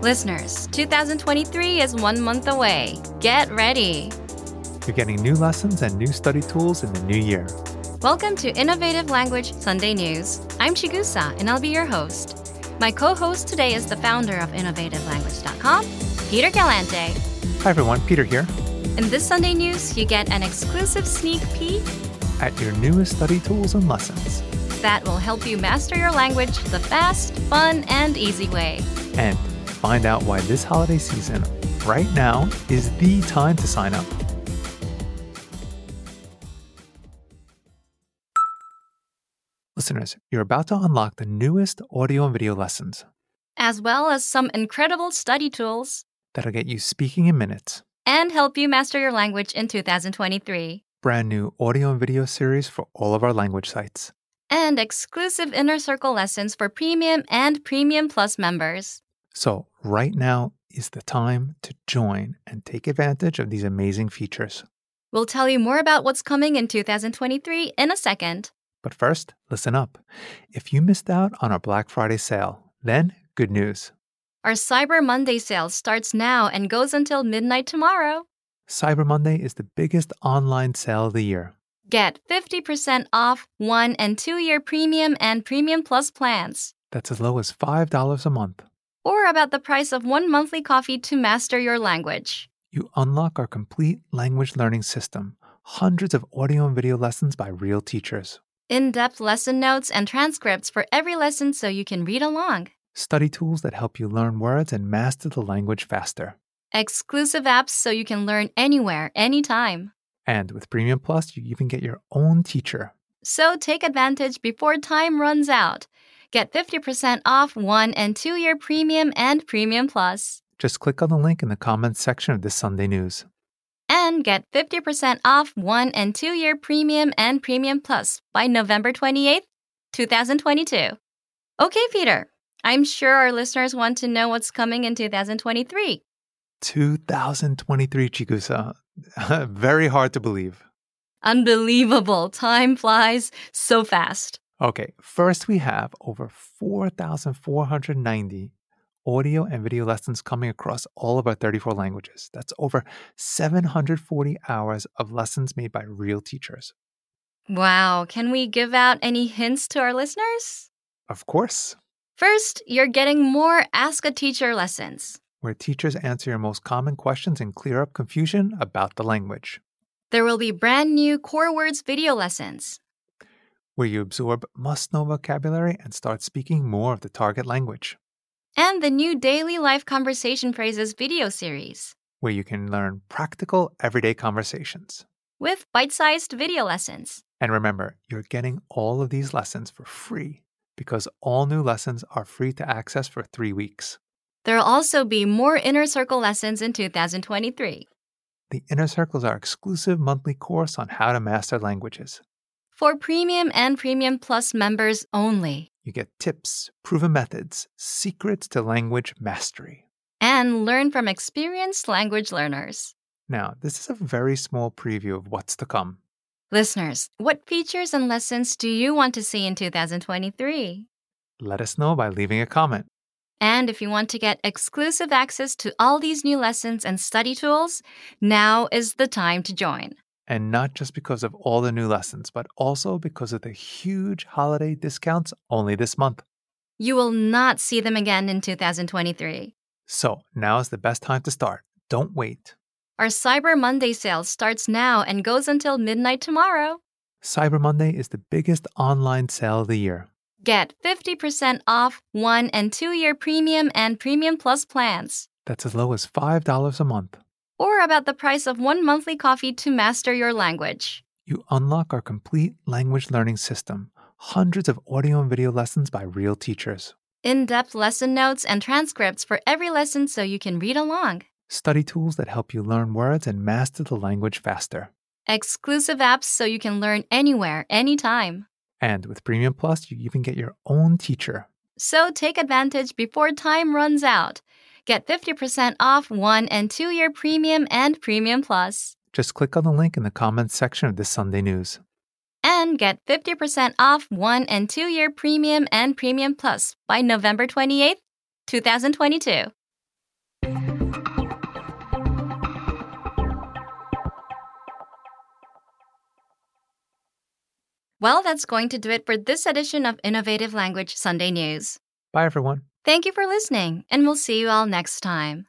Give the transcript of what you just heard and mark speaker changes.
Speaker 1: Listeners, 2023 is one month away. Get ready.
Speaker 2: You're getting new lessons and new study tools in the new year.
Speaker 1: Welcome to Innovative Language Sunday News. I'm Chigusa, and I'll be your host. My co host today is the founder of InnovativeLanguage.com, Peter Galante.
Speaker 2: Hi everyone, Peter here.
Speaker 1: In this Sunday News, you get an exclusive sneak peek
Speaker 2: At your newest study tools and lessons,
Speaker 1: that will help you master your language the fast, fun, and easy way.
Speaker 2: and find out why this holiday season, right now, is the time to sign up. Listeners, you're about to unlock the newest audio and video lessons
Speaker 1: as well as some incredible study tools,
Speaker 2: that'll get you speaking in minutes.
Speaker 1: and help you master your language in 2023.
Speaker 2: Brand new audio and video series for all of our language sites.
Speaker 1: And exclusive Inner Circle lessons for Premium and Premium Plus members.
Speaker 2: So, right now is the time to join and take advantage of these amazing features.
Speaker 1: We'll tell you more about what's coming in 2023 in a second.
Speaker 2: But first, listen up. If you missed out on our Black Friday sale, then good news.
Speaker 1: Our Cyber Monday sale starts now and goes until midnight tomorrow.
Speaker 2: Cyber Monday is the biggest online sale of the year.
Speaker 1: Get 50% off one and two year Premium and Premium Plus plans,
Speaker 2: That's as low as $5 a month.
Speaker 1: or about the price of one monthly coffee to master your language.
Speaker 2: You unlock our complete language learning system, hundreds of audio and video lessons by real teachers,
Speaker 1: in depth lesson notes and transcripts for every lesson so you can read along,
Speaker 2: study tools that help you learn words and master the language faster.
Speaker 1: exclusive apps so you can learn anywhere, anytime.
Speaker 2: And with Premium Plus, you even get your own teacher.
Speaker 1: So take advantage before time runs out. Get 50% off one and two year premium and premium plus.
Speaker 2: Just click on the link in the comments section of this Sunday news.
Speaker 1: And get 50% off one and two year premium and premium plus by November 28th, 2022. Okay, Peter, I'm sure our listeners want to know what's coming in 2023.
Speaker 2: 2023 Chigusa. Very hard to believe.
Speaker 1: Unbelievable. Time flies so fast.
Speaker 2: Okay, first we have over 4,490 audio and video lessons coming across all of our 34 languages. That's over 740 hours of lessons made by real teachers.
Speaker 1: Wow. Can we give out any hints to our listeners?
Speaker 2: Of course,
Speaker 1: First, you're getting more Ask a Teacher lessons.
Speaker 2: where teachers answer your most common questions and clear up confusion about the language,
Speaker 1: There will be brand new Core Words video lessons.
Speaker 2: where you absorb must know vocabulary and start speaking more of the target language,
Speaker 1: And the new Daily Life Conversation Phrases video series
Speaker 2: where you can learn practical everyday conversations.
Speaker 1: with bite sized video lessons.
Speaker 2: And remember, you're getting all of these lessons for free because all new lessons are free to access for three weeks.
Speaker 1: There'll also be more Inner Circle lessons in 2023.
Speaker 2: The Inner Circle is our exclusive monthly course on how to master languages.
Speaker 1: For Premium and Premium Plus members only.
Speaker 2: You get tips, proven methods, secrets to language mastery.
Speaker 1: and learn from experienced language learners.
Speaker 2: Now, this is a very small preview of what's to come.
Speaker 1: Listeners, what features and lessons do you want to see in 2023?
Speaker 2: Let us know by leaving a comment.
Speaker 1: And if you want to get exclusive access to all these new lessons and study tools, now is the time to join.
Speaker 2: And not just because of all the new lessons, but also because of the huge holiday discounts only this month.
Speaker 1: You will not see them again in 2023.
Speaker 2: So now is the best time to start. Don't wait.
Speaker 1: Our Cyber Monday sale starts now and goes until midnight tomorrow.
Speaker 2: Cyber Monday is the biggest online sale of the year.
Speaker 1: Get 50% off one and two year premium and premium plus plans.
Speaker 2: That's as low as $5 a month.
Speaker 1: or about the price of one monthly coffee to master your language.
Speaker 2: You unlock our complete language learning system, hundreds of audio and video lessons by real teachers,
Speaker 1: In depth lesson notes and transcripts for every lesson so you can read along,
Speaker 2: study tools that help you learn words and master the language faster.
Speaker 1: exclusive apps so you can learn anywhere, anytime.
Speaker 2: And with Premium Plus, you even get your own teacher.
Speaker 1: So take advantage before time runs out. Get 50% off one and two year premium and premium plus.
Speaker 2: Just click on the link in the comments section of this Sunday news.
Speaker 1: And get 50% off one and two year premium and premium plus by November 28th, 2022. Well, that's going to do it for this edition of Innovative Language Sunday News.
Speaker 2: Bye, everyone.
Speaker 1: Thank you for listening, and we'll see you all next time.